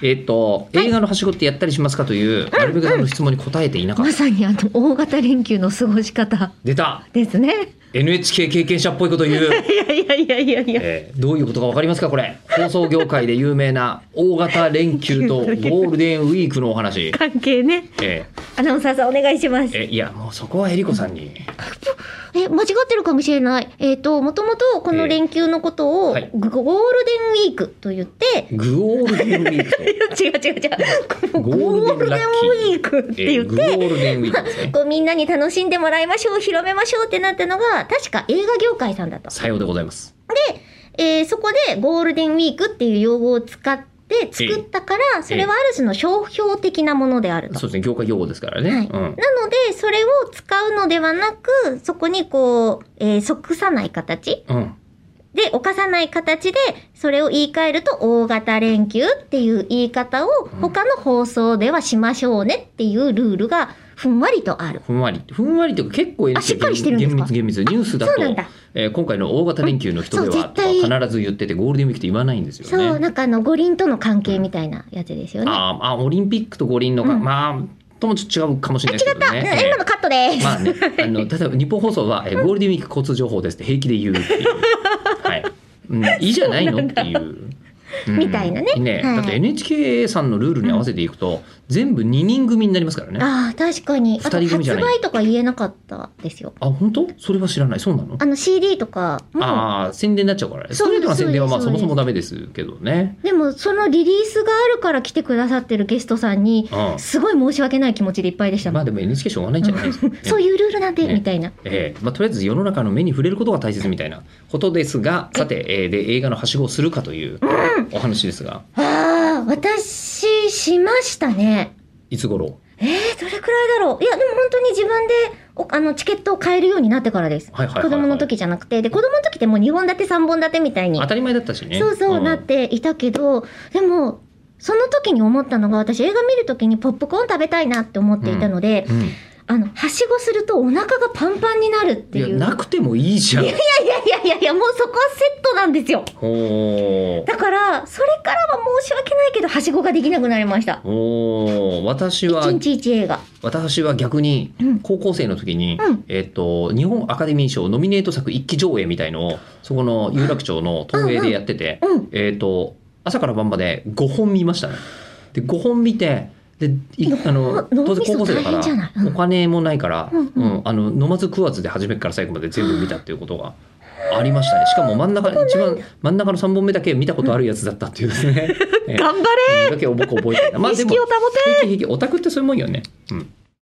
えっと、映画のはしごってやったりしますかという、なるべくさんの質問に答えていなかっまた。さにあの大型連休の過ごし方出たですね。 !NHK 経験者っぽいこと言う。いやいやいやいやいや。えーどういうことかわかりますかこれ。放送業界で有名な大型連休 とゴールデンウィークのお話。関係ね。えアナウンサーさんお願いしますー。え、いや、もうそこはえりこさんに。え、間違ってるかもしれない。えっ、と、もともとこの連休のこえとを、えはいゴールデンウィークと言って、グオールデンウィークと。 違う違う違う。ゴゴーールデルデンンラッキーウィークっえて言ーっグオて、ールデンウィークですね。こうみんなに楽しんでもらいましょう、広めましょうってなったのが、確か映画業界さんだと。さようでございます。えーそこでゴールデンウィークっていう用語を使って作ったから、それはある種の商標的なものであると。そうですね、業界用語ですからね。はいうん。なので、それを使うのではなく、そこにこう、えー即さない形うん。で、犯さない形で、それを言い換えると、大型連休っていう言い方を、他の放送ではしましょうねっていうルールが、ふんわりとある。ふんわり。ふんわりというか結構 NHK あしっかりしてるんですか厳密厳密。ニュースだそうなんとだえー今回の大型連休の人でそうは絶と対か必ず言っててゴールデンウィークって言わないんですよそね。う、なんかあの、五輪との関係みたいなやつですよね。あーあオリンピックと五輪のか、うんまあともちょっと違うかもしれないですけどあ、ね。今のカットでえーす。まあね、あの例えば日本放送は、えーゴールデンウィーク交通情報ですって平気で言うっていう、 はいうん、いいじゃないのっていう、うんみたいなねはいだって NHK さんのルールに合わせていくと、全部二人組になりますからねあああ、確かに。あと、二人組じゃ発ない売とか言えなかったですよ。本当それは知らないそうなのあの、CD とかも、ああ宣伝になっちゃうからねスそトうレでーすトな宣伝はまあそそうもですそもダメですけどね、でも、そのリリースがあるから来てくださってるゲストさんに、うすごい申し訳ない気持ちでいっぱいでしたん、まもあん。でも NHK しょうがないんじゃないですか、ね そういうルールなんで、ねみたいな。ええまあ、とりあえず世の中の目に触れることが大切みたいなことですがさて、えーで映画のはしごをするかというお話ですが、ああ、私、しましたね。いつ頃えー、どれくらいだろう。いや、でも本当に自分で、おあの、チケットを買えるようになってからです。はいはいはいは子い供の時じゃなくて。で、子供の時ってもう2本立て3本立てみたいに当。たり前だったしねそうそう、んなっていたけど、でも、その時に思ったのが、私映画見る時にポップコーン食べたいなって思っていたので、うんあの、はしごするとお腹がパンパンになるっていいやう。いや、いなくてもいいじゃんやいやいやいや、もうそこはセットなんですよ。おーだから、それからは申し訳ないけど、はしごができなくなりました。おー私は一日一映画。私は逆にうん高校生の時に、うんえっと日本アカデミー賞ノミネート作一期上映みたいのをそこの有楽町の東映でやってて、うん。えー、と朝から晩まで5本見ましたね。で5本見てでいあの脳当然高校生だか脳みそ大変じゃないうらんお金もないから、うんううんんあの飲まず食わずで初めから最後まで全部見たっていうことがありましたねしかも真ん中一番真ん中の3本目だけ見たことあるやつだったっていう ですねええ頑張れだけを僕覚えてるまあでも保て平気平気オタクってそういうもんよね、うん、